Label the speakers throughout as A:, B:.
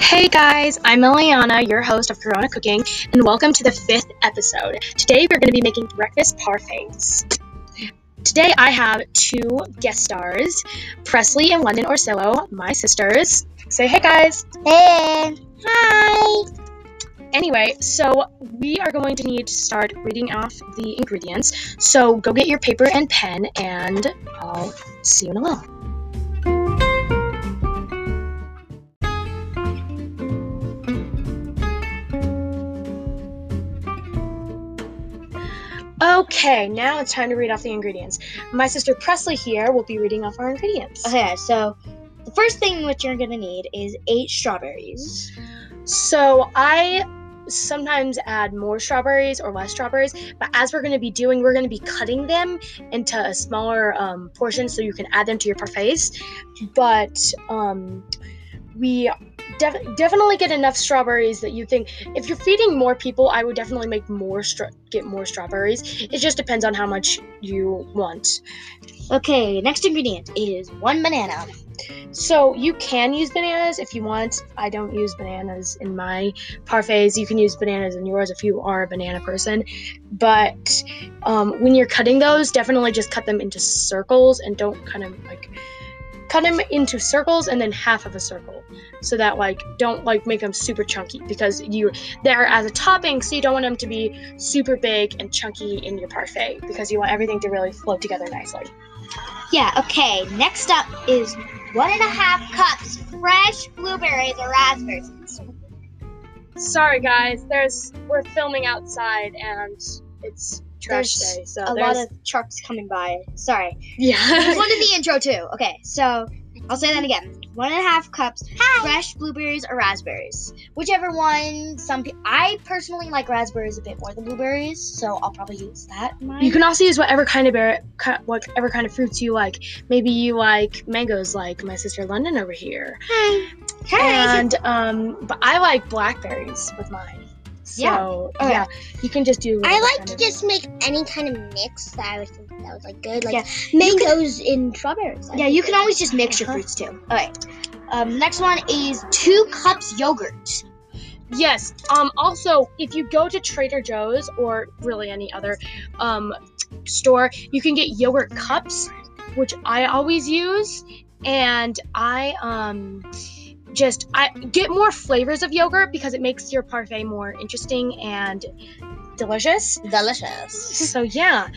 A: Hey guys, I'm Eliana, your host of Corona Cooking, and welcome to the fifth episode. Today we're going to be making breakfast parfaits. Today I have two guest stars, Presley and London Orsillo, my sisters. Say hey guys!
B: Hey.
A: Hi! Anyway, so we are going to need to start reading off the ingredients. So go get your paper and pen, and I'll see you in a little. Okay, now it's time to read off the ingredients. My sister Presley here will be reading off our ingredients.
B: Okay, so the first thing which you're gonna need is eight strawberries.
A: So I sometimes add more strawberries or less strawberries, but as we're going to be doing, we're going to be cutting them into a smaller um, portion so you can add them to your parfaits. But um, we def- definitely get enough strawberries that you think if you're feeding more people, I would definitely make more stra- get more strawberries. It just depends on how much you want.
B: Okay, next ingredient is one banana.
A: So you can use bananas if you want. I don't use bananas in my parfaits. You can use bananas in yours if you are a banana person. But um, when you're cutting those, definitely just cut them into circles and don't kind of like cut them into circles and then half of a circle so that like don't like make them super chunky because you they're as a topping so you don't want them to be super big and chunky in your parfait because you want everything to really float together nicely
B: Yeah, okay, next up is one and a half cups fresh blueberries or raspberries.
A: Sorry, guys. There's we're filming outside and it's trash
B: There's
A: day. So
B: A
A: there's
B: lot of trucks coming by. Sorry. There's
A: yeah.
B: one in the intro too. Okay, so I'll say that again. One and a half cups fresh blueberries or raspberries, whichever one. Some pe- I personally like raspberries a bit more than blueberries, so I'll probably use that. In mine.
A: you can also use whatever kind of bear, cu- whatever kind of fruits you like. Maybe you like mangoes, like my sister London over here.
B: Hi.
A: And um, but I like blackberries with mine. So yeah,
B: Okay.
A: you can just
C: I
A: do. whatever
C: like
A: kind
C: to
A: of-
C: just make any kind of mix that I would think that was like good, like
B: Yeah,
C: mangoes in strawberries. I
B: yeah,
C: think
B: you can
C: that-
B: always just mix your
A: Uh-huh.
B: fruits too. All right. Um, next one is two cups yogurt.
A: Yes. Um. Also, if you go to Trader Joe's or really any other um store, you can get yogurt cups, which I always use, and I um just I get more flavors of yogurt because it makes your parfait more interesting and delicious.
C: delicious.
A: So yeah,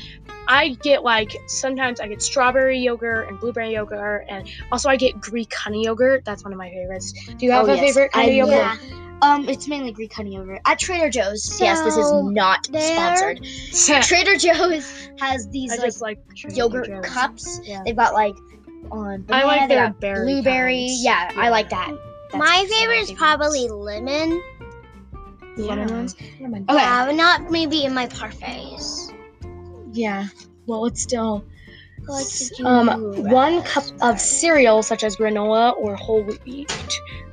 A: I get like sometimes I get strawberry yogurt and blueberry yogurt, and also I get Greek honey yogurt. That's one of my favorites. Do you have
B: Oh,
A: a
B: yes.
A: favorite kind
B: I
A: of yogurt?
B: love Um, it's mainly Greek honey yogurt at Trader Joe's. yes, this is
C: So,
B: not
C: there-
B: sponsored. Trader Joe's has these
A: I
B: like
A: just like Trader
B: yogurt
A: Joe's.
B: cups.
A: Yeah.
B: They've got like on banana,
A: I like
B: they
A: their
B: got
A: berry
B: blueberry.
A: kinds.
B: Yeah,
A: Yeah.
B: I like that. That's
C: My
B: some of
C: favorite is
B: favorites.
C: probably lemon.
A: Yeah.
B: Lemon ones?
A: Yeah.
B: Okay.
C: Yeah, but not maybe in my parfaits.
A: yeah. Well, it's still
C: I like to do
A: um
C: raspberry.
A: one cup of cereal such as granola or whole wheat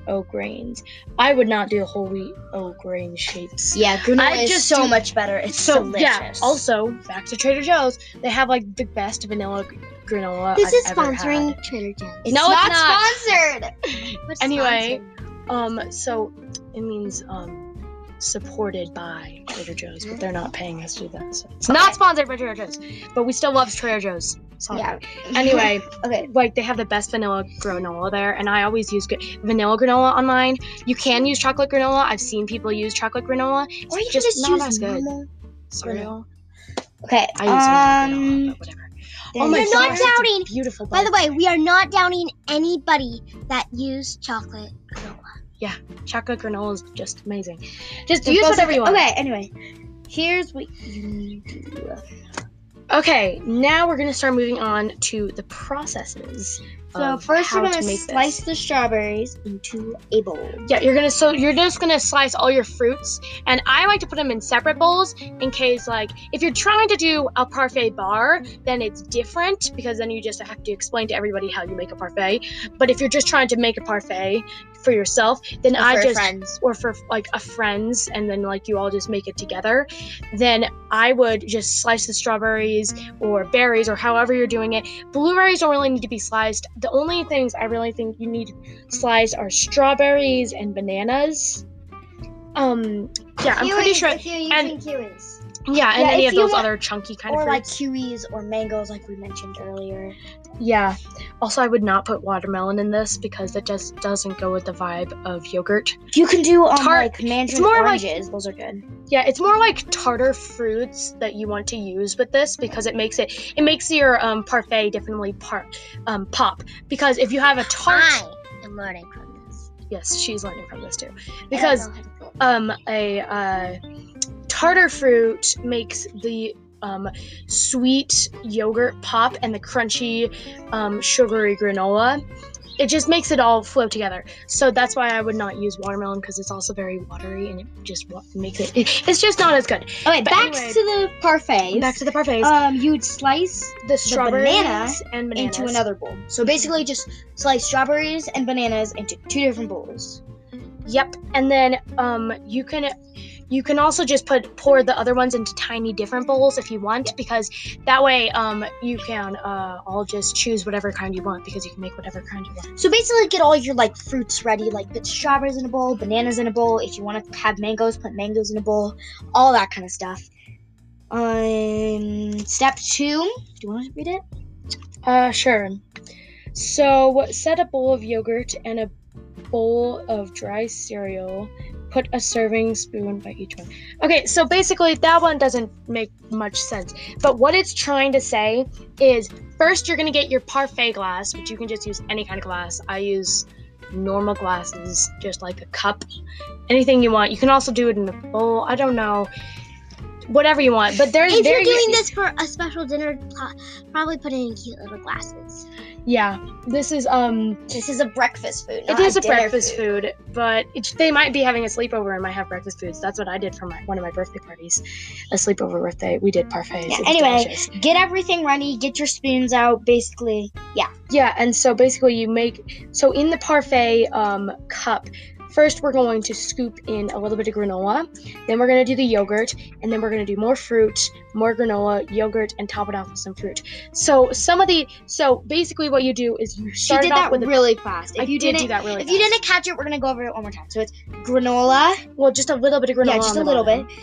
A: oat grains. I would not do whole wheat oat grain shapes.
B: Yeah, granola
A: I
B: is
A: just
B: so
A: do-
B: much better. It's delicious.
A: yeah. Also, back to Trader Joe's, they have like the best vanilla gr- granola.
C: This
A: I've
C: is
A: ever
C: sponsoring
A: had.
C: Trader Joe's.
B: it's
A: No, it's
B: not
A: not.
B: sponsored.
C: What's
A: anyway,
C: sponsored?
A: Um, so it means um supported by Trader Joe's, but they're not paying us to do that. So it's not sponsored by Trader Joe's, but we still love Trader Joe's. Sorry.
B: Yeah.
A: Anyway,
B: Okay.
A: like they have the best vanilla granola there, and I always use good vanilla granola on mine. You can use chocolate granola. I've seen people use chocolate granola. It's
B: Or you can
A: just
B: just
A: not
B: use
A: as good.
B: normal.
A: Cereal.
B: Okay.
A: I use vanilla granola,
B: um,
A: but whatever. Oh
B: there
C: my
B: you
C: You're
B: go.
C: not
A: gosh, it's a
C: doubting-
A: Beautiful.
C: By the
A: bun.
C: way, we are not downing anybody that used chocolate granola.
A: chocolate granola is just amazing. Just
B: They're
A: use
B: both-
A: whatever you want.
B: Okay. Anyway, here's what you need. to do.
A: Okay, now we're gonna start moving on to the processes.
B: So
A: of
B: first,
A: how
B: we're gonna
A: to make
B: slice
A: This.
B: the strawberries into a bowl.
A: Yeah, you're gonna so you're just gonna slice all your fruits, and I like to put them in separate bowls in case like if you're trying to do a parfait bar, then it's different because then you just have to explain to everybody how you make a parfait. But if you're just trying to make a parfait for yourself, then I
B: Oh, for
A: just
B: friends.
A: or for like a friend's and then like you all just make it together then i would just slice the strawberries or berries or however you're doing it blueberries don't really need to be sliced the the only things I really think you need to slice are strawberries and bananas. Um, yeah, I'm pretty
B: Kiwis,
A: sure.
B: If you're using
A: and-
B: kiwis.
A: Yeah, and
B: Yeah,
A: any
B: if
A: of
B: you
A: those
B: want-
A: other chunky kind
B: Or
A: of
B: like
A: fruits.
B: kiwis or mangoes, like we mentioned earlier.
A: Yeah. Also, I would not put watermelon in this because it just doesn't go with the vibe of yogurt.
B: You can do um,
A: Tart-
B: like mandarin
A: it's more like-
B: oranges. Those are good.
A: Yeah, it's more like tartar fruits that you want to use with this because it makes it it makes your um, parfait definitely par, um, pop. Because if you have a tart,
C: I am learning from this.
A: yes, she's learning from this too.
C: I don't
A: Because
C: know how to cook.
A: um, a uh, tartar fruit makes the um, sweet yogurt pop and the crunchy um, sugary granola. It just makes it all flow together. So that's why I would not use watermelon because it's also very watery and it just wa- makes it, it- It's just not as good.
B: Okay,
A: But
B: back
A: anyway,
B: to the parfaits.
A: Back to the parfaits.
B: um, you'd slice
A: the strawberries
B: banana
A: and bananas.
B: into another bowl. So basically, just slice strawberries and bananas into two different bowls.
A: Yep. And then um, you can you can also just put pour the other ones into tiny different bowls if you want because that way um, you can uh, all just choose whatever kind you want because you can make whatever kind you want.
B: So basically, get all your like fruits ready. Like put strawberries in a bowl, bananas in a bowl. If you want to have mangoes, put mangoes in a bowl. All that kind of stuff. Um, step two. Do you want to read it?
A: Uh, sure. So set a bowl of yogurt and a bowl of dry cereal. Put a serving spoon by each one. Okay, so basically that one doesn't make much sense. But what it's trying to say is first you're gonna get your parfait glass, which you can just use any kind of glass. I use normal glasses, just like a cup, anything you want. You can also do it in a bowl. I don't know, whatever you want. But there's
C: If
A: there
C: you're doing this for a special dinner, pla- probably put it in cute little glasses.
A: yeah. This is um.
B: This is a breakfast food.
A: It
B: not
A: is a
B: dinner
A: breakfast food, but it, they might be having a sleepover and might have breakfast foods. That's what I did for my one of my birthday parties, a sleepover birthday. We did parfaits.
B: Yeah,
A: It was
B: anyway.
A: delicious.
B: Get everything ready. Get your spoons out. Basically,
A: yeah, and so basically you make so in the parfait um, cup. First, we're going to scoop in a little bit of granola. Then we're going to do the yogurt, and then we're going to do more fruit, more granola, yogurt, and top it off with some fruit. So some of the so basically what you do is you
B: she
A: start
B: did
A: it off
B: that
A: with. a-
B: really fast. If
A: I
B: you
A: did
B: not
A: do that really.
B: if you
A: fast.
B: didn't catch it, we're gonna go over it one more time. So it's granola.
A: well, just a little bit of granola.
B: yeah, just
A: on
B: a
A: the
B: little
A: bottom.
B: bit.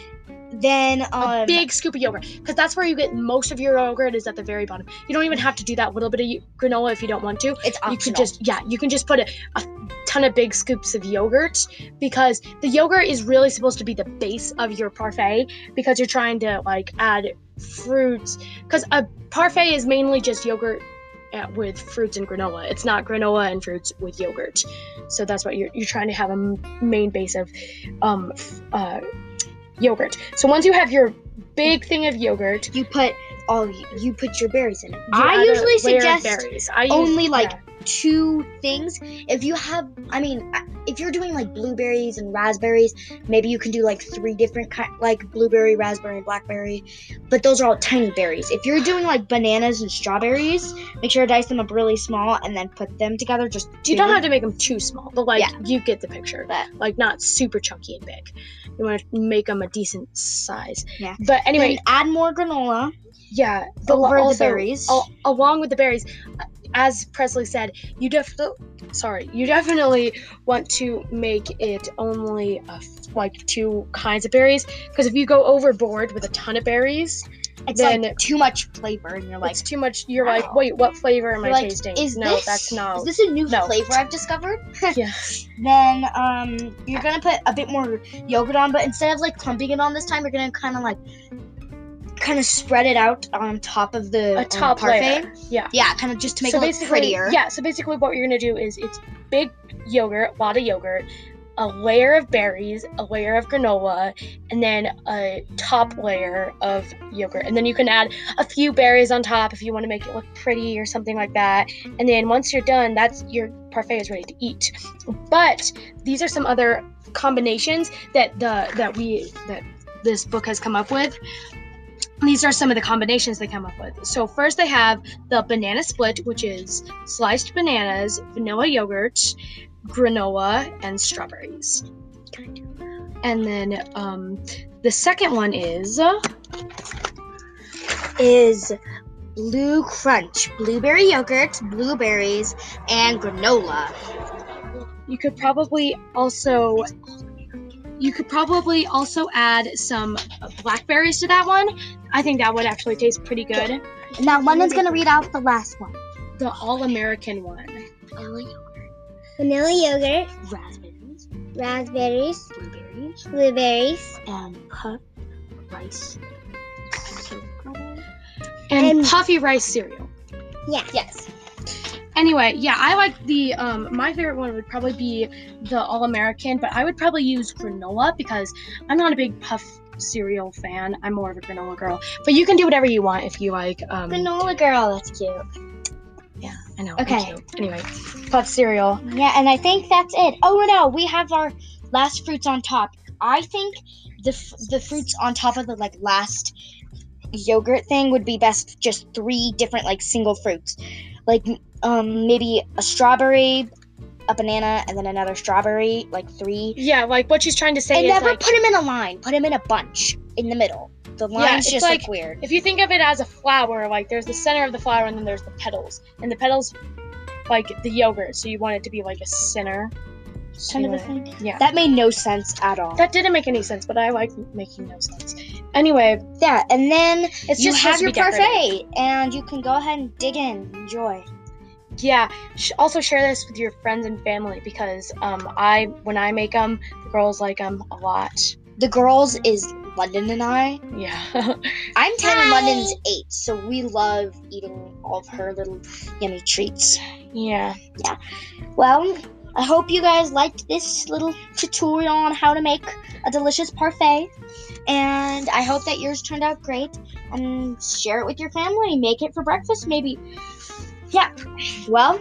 B: Then um,
A: a big scoop of yogurt because that's where you get most of your yogurt is at the very bottom. You don't even have to do that little bit of yo- granola if you don't want to.
B: it's optional.
A: You can just yeah, you can just put a, a ton of big scoops of yogurt because the yogurt is really supposed to be the base of your parfait because you're trying to like add fruits because a parfait is mainly just yogurt uh, with fruits and granola. It's not granola and fruits with yogurt. So that's what you're you're trying to have a m- main base of um f- uh, yogurt. So once you have your big thing of yogurt,
B: you put all you put your berries in it.
A: you add
B: I
A: a
B: usually
A: layer of
B: suggest
A: berries. I use-
B: only, like,
A: yeah.
B: two things. If you have, I mean, if you're doing like blueberries and raspberries, maybe you can do like three different kind, like blueberry, raspberry, blackberry. But those are all tiny berries. If you're doing like bananas and strawberries, make sure to dice them up really small and then put them together. Just
A: You don't
B: two.
A: have to make them too small, but like
B: Mm-hmm. Yeah.
A: you get the picture.
B: But-
A: Like not super chunky and big. You want to make them a decent size.
B: Yeah.
A: But anyway,
B: Then add more granola
A: yeah. But
B: over
A: also,
B: the berries.
A: al- along with the berries, uh, as Presley said, you definitely sorry, you definitely want to make it only uh, f- like two kinds of berries because if you go overboard with a ton of berries,
B: it's
A: then-
B: like too much flavor, and you're like,
A: it's too much. You're
B: wow.
A: like, wait, what flavor am I
B: you're like,
A: tasting?
B: is
A: no,
B: this,
A: that's not.
B: Is this a new
A: No.
B: flavor I've discovered?
A: yeah.
B: then um, you're gonna put a bit more yogurt on, but instead of like clumping it on this time, you're gonna kind of like kind of spread it out on top of the
A: A
B: um,
A: top
B: parfait.
A: layer. Yeah.
B: Yeah, kind of just to make it look
A: basically-
B: prettier.
A: Yeah, so basically what you're gonna do is it's big yogurt, a lot of yogurt, a layer of berries, a layer of granola, and then a top layer of yogurt. And then you can add a few berries on top if you want to make it look pretty or something like that. And then once you're done, that's your parfait is ready to eat. But these are some other combinations that the that we that this book has come up with. These are some of the combinations they come up with. So first they have the banana split, which is sliced bananas, vanilla yogurt, granola, and strawberries. And then um, the second one is
B: Is Blue Crunch, blueberry yogurt, blueberries, and granola.
A: You could probably also you could probably also add some blackberries to that one. I think that would actually taste pretty good.
C: Now London's gonna read out the last one.
A: The all-American one.
C: Vanilla yogurt,
B: Raspberries,
C: raspberries,
B: blueberries,
C: blueberries,
B: and puff rice. cereal.
A: And,
C: And-
A: puffy rice cereal.
C: yeah,
B: Yes.
A: Anyway, yeah, I like the um my favorite one would probably be the all-American, but I would probably use granola because I'm not a big puff cereal fan. I'm more of a granola girl. But you can do whatever you want if you like um
B: Granola girl, that's cute.
A: I know. me
B: Okay.
A: too. Anyway, puff cereal.
B: Yeah, and I think that's it. Oh no, no, we have our last fruits on top. I think the f- the fruits on top of the like last yogurt thing would be best just three different like single fruits. Like um maybe a strawberry, a banana, and then another strawberry, like three.
A: Yeah, like what she's trying to say
B: and
A: is
B: never
A: like
B: put them in a line. Put them in a bunch in the middle. The lines
A: it's
B: just look
A: like-
B: weird.
A: if you think of it as a flower, like there's the center of the flower and then there's the petals, and the petals like the yogurt, so you want it to be like a center. So you want
B: thing.
A: it- yeah. That,
B: That made no sense at all.
A: didn't make any sense, but I like making no sense. Anyway,
B: yeah, and then
A: it's
B: you
A: just
B: have
A: supposed to
B: your
A: be decorative.
B: parfait, and you can go ahead and dig in, enjoy.
A: Yeah. Sh- also share this with your friends and family because um I when I make them, the girls like them a lot.
B: The girls
A: Mm-hmm.
B: is London and I.
A: Yeah.
B: I'm ten and
C: Hi.
B: London's eight, so we love eating all of her little yummy treats.
A: yeah.
B: Well, I hope you guys liked this little tutorial on how to make a delicious parfait. And I hope that yours turned out great. And share it with your family. Make it for breakfast, maybe. Yeah. Well,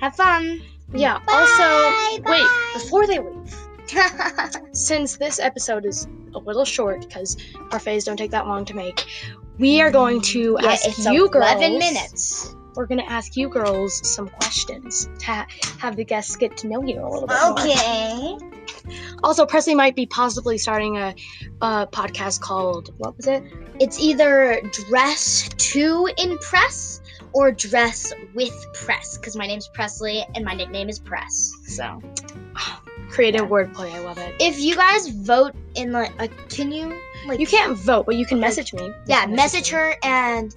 B: have fun.
A: Yeah.
C: Bye,
A: also, wait,
C: bye.
A: before they leave, since this episode is a little short because parfaits don't take that long to make, we are going to
B: Yeah,
A: ask
B: it's
A: you girls.
B: 11 minutes.
A: We're going to ask you girls some questions to ha- have the guests get to know you a little bit more.
C: Okay.
A: Also, Presley might be possibly starting a, a podcast called what was it?
B: It's either dress to impress or dress with press because my name's Presley and my nickname is Press.
A: So, creative
B: Yeah.
A: wordplay. I love it.
B: If you guys vote in like, uh, can you like
A: You can't vote, but you can
B: Okay.
A: message me. You
B: Yeah,
A: can
B: message
A: me.
B: her and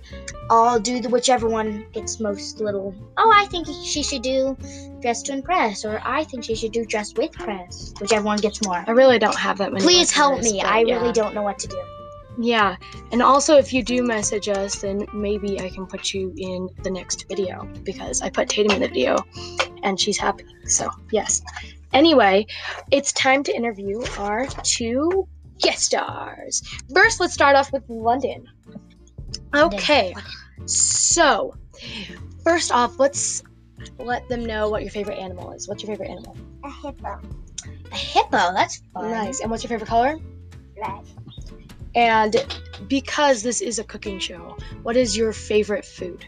B: I'll do the whichever one gets most little. Oh, I think she should do dress to impress, or I think she should do dress with press, whichever one gets more.
A: I really don't have that many.
B: Please help
A: listeners,
B: me.
A: but
B: I
A: yeah.
B: really don't know what to do.
A: Yeah, and also if you do message us, then maybe I can put you in the next video because I put Tatum in the video and she's happy. So, yes. Anyway, it's time to interview our two guest stars. First, let's start off with London. Okay, so first off, let's let them know what your favorite animal is. What's your favorite animal?
C: A hippo.
B: A hippo. That's fun.
A: Nice. And what's your favorite color?
C: Red.
A: And because this is a cooking show, what is your favorite food?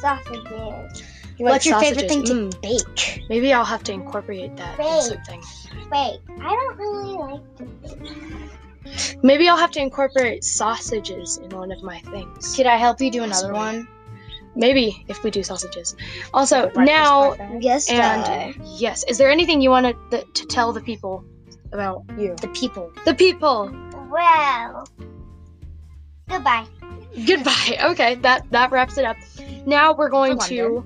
C: Sausages.
A: You
B: What's your favorite
A: sausages. Mm,
B: thing to bake?
A: maybe I'll have to incorporate that in
C: Bake.
A: something.
B: Mm.
C: Wait, I don't really like to bake.
A: Maybe I'll have to incorporate sausages in one of my things.
B: Could I help you do
A: another
B: another one?
A: Maybe if we do sausages. Also,
B: breakfast
A: now
B: Uh, Yes,
A: and yes, is there anything you want to, to tell the people about you?
B: the people.
A: The people.
C: Well, goodbye.
A: Goodbye. Okay, that that wraps it up. Now we're going
B: For
A: to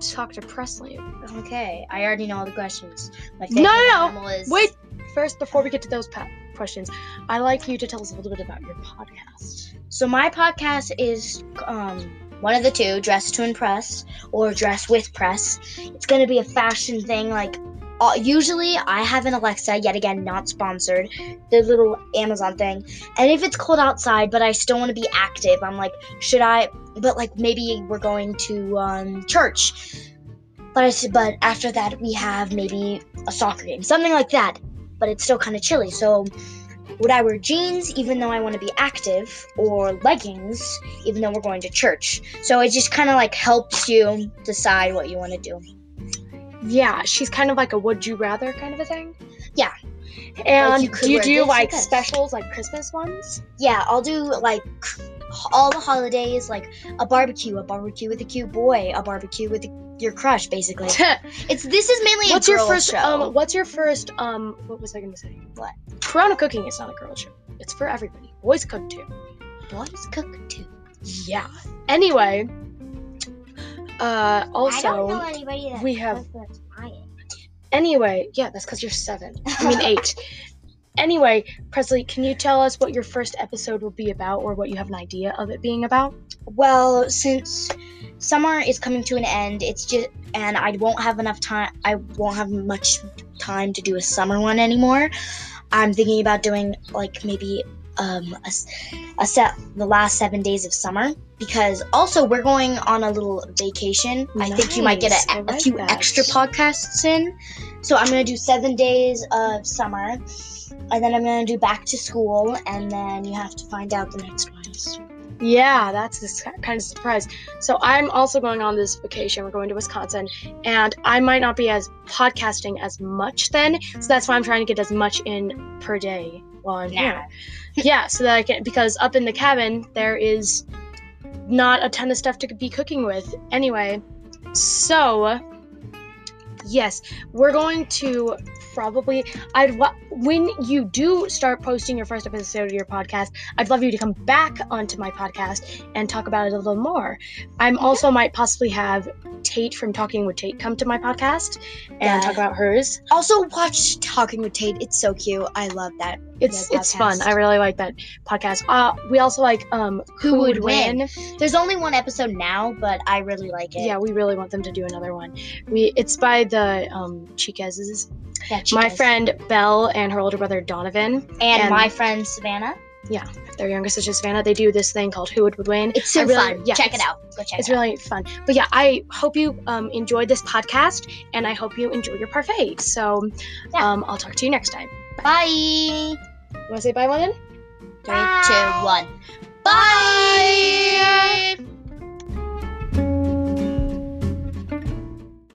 A: talk to Presley.
B: Okay, I already know all the questions. My
A: No, no, no.
B: animal is
A: Wait, first, before we get to those pa- questions, I like you to tell us a little bit about your podcast.
B: So my podcast is um, one of the two, Dress to Impress or Dress with Press. It's going to be a fashion thing. Like uh, usually, I have an Alexa. Yet again, not sponsored. The little Amazon thing. And if it's cold outside, but I still want to be active, I'm like, should I? But like maybe we're going to um, church. But I, s- but after that, we have maybe a soccer game, something like that. But it's still kind of chilly, so would I wear jeans even though I want to be active, or leggings even though we're going to church? So it just kind of like helps you decide what you want to do.
A: Yeah, she's kind of like a would you rather kind of a thing.
B: Yeah.
A: And
B: you could
A: do you
B: wear this
A: do
B: or
A: like
B: this.
A: specials, like Christmas ones?
B: Yeah, I'll do like all the holidays, like a barbecue, a barbecue with a cute boy, a barbecue with your crush, basically. It's this is mainly
A: what's
B: a
A: your
B: girl
A: first
B: show.
A: um what's your first um what was I gonna say?
B: What?
A: Corona cooking is not a girl show. It's for everybody. Boys cook too.
B: Boys cook too.
A: Yeah. Anyway.
C: I
A: Uh
C: don't know
A: also
C: anybody that
A: we have-
C: was gonna try it.
A: anyway, yeah, that's because you're seven. I mean eight. Anyway, Presley, can you tell us what your first episode will be about or what you have an idea of it being about?
B: Well, since summer is coming to an end, it's just and I won't have enough time. I won't have much time to do a summer one anymore. I'm thinking about doing like maybe um, a, s- a set the last seven days of summer because also we're going on a little vacation. I think you might get
A: Nice,
B: a,
A: I
B: a
A: like
B: few
A: that.
B: extra podcasts in. So I'm gonna do seven days of summer, and then I'm gonna do back to school, and then you have to find out the next ones.
A: Yeah, that's this kind of surprise. So I'm also going on this vacation. We're going to Wisconsin, and I might not be as podcasting as much then. So that's why I'm trying to get as much in per day while I'm
B: Now.
A: here. yeah, so that I can because up in the cabin there is not a ton of stuff to be cooking with anyway. So yes, we're going to probably I'd wa- when you do start posting your first episode of your podcast, I'd love you to come back onto my podcast and talk about it a little more. I'm also might possibly have Tate from Talking with Tate come to my podcast and
B: Yeah.
A: talk about hers.
B: Also, watch Talking with Tate. It's so cute. I love that.
A: It's
B: Yeah,
A: it's fun.
B: podcast.
A: I really like that podcast. Uh, we also like um Who, Would Win.
B: There's only one episode now, but I really like it.
A: Yeah, we really want them to do another one. We it's by the um Chiquezes.
B: Yeah, she
A: My
B: does.
A: friend Belle and her older brother Donovan,
B: and,
A: and-
B: my friend Savannah.
A: their younger sister Savannah, they do this thing called Who Would Would Win.
B: It's so
A: I really-
B: fun.
A: yeah,
B: check it
A: it's-
B: out. Go check
A: It's
B: it out.
A: really fun. But yeah, I hope you um, enjoyed this podcast and I hope you enjoy your parfait. So
B: Yeah.
A: um, I'll talk to you next time.
B: Bye.
A: You want to say bye, Lennon?
B: Three, two, one. Bye.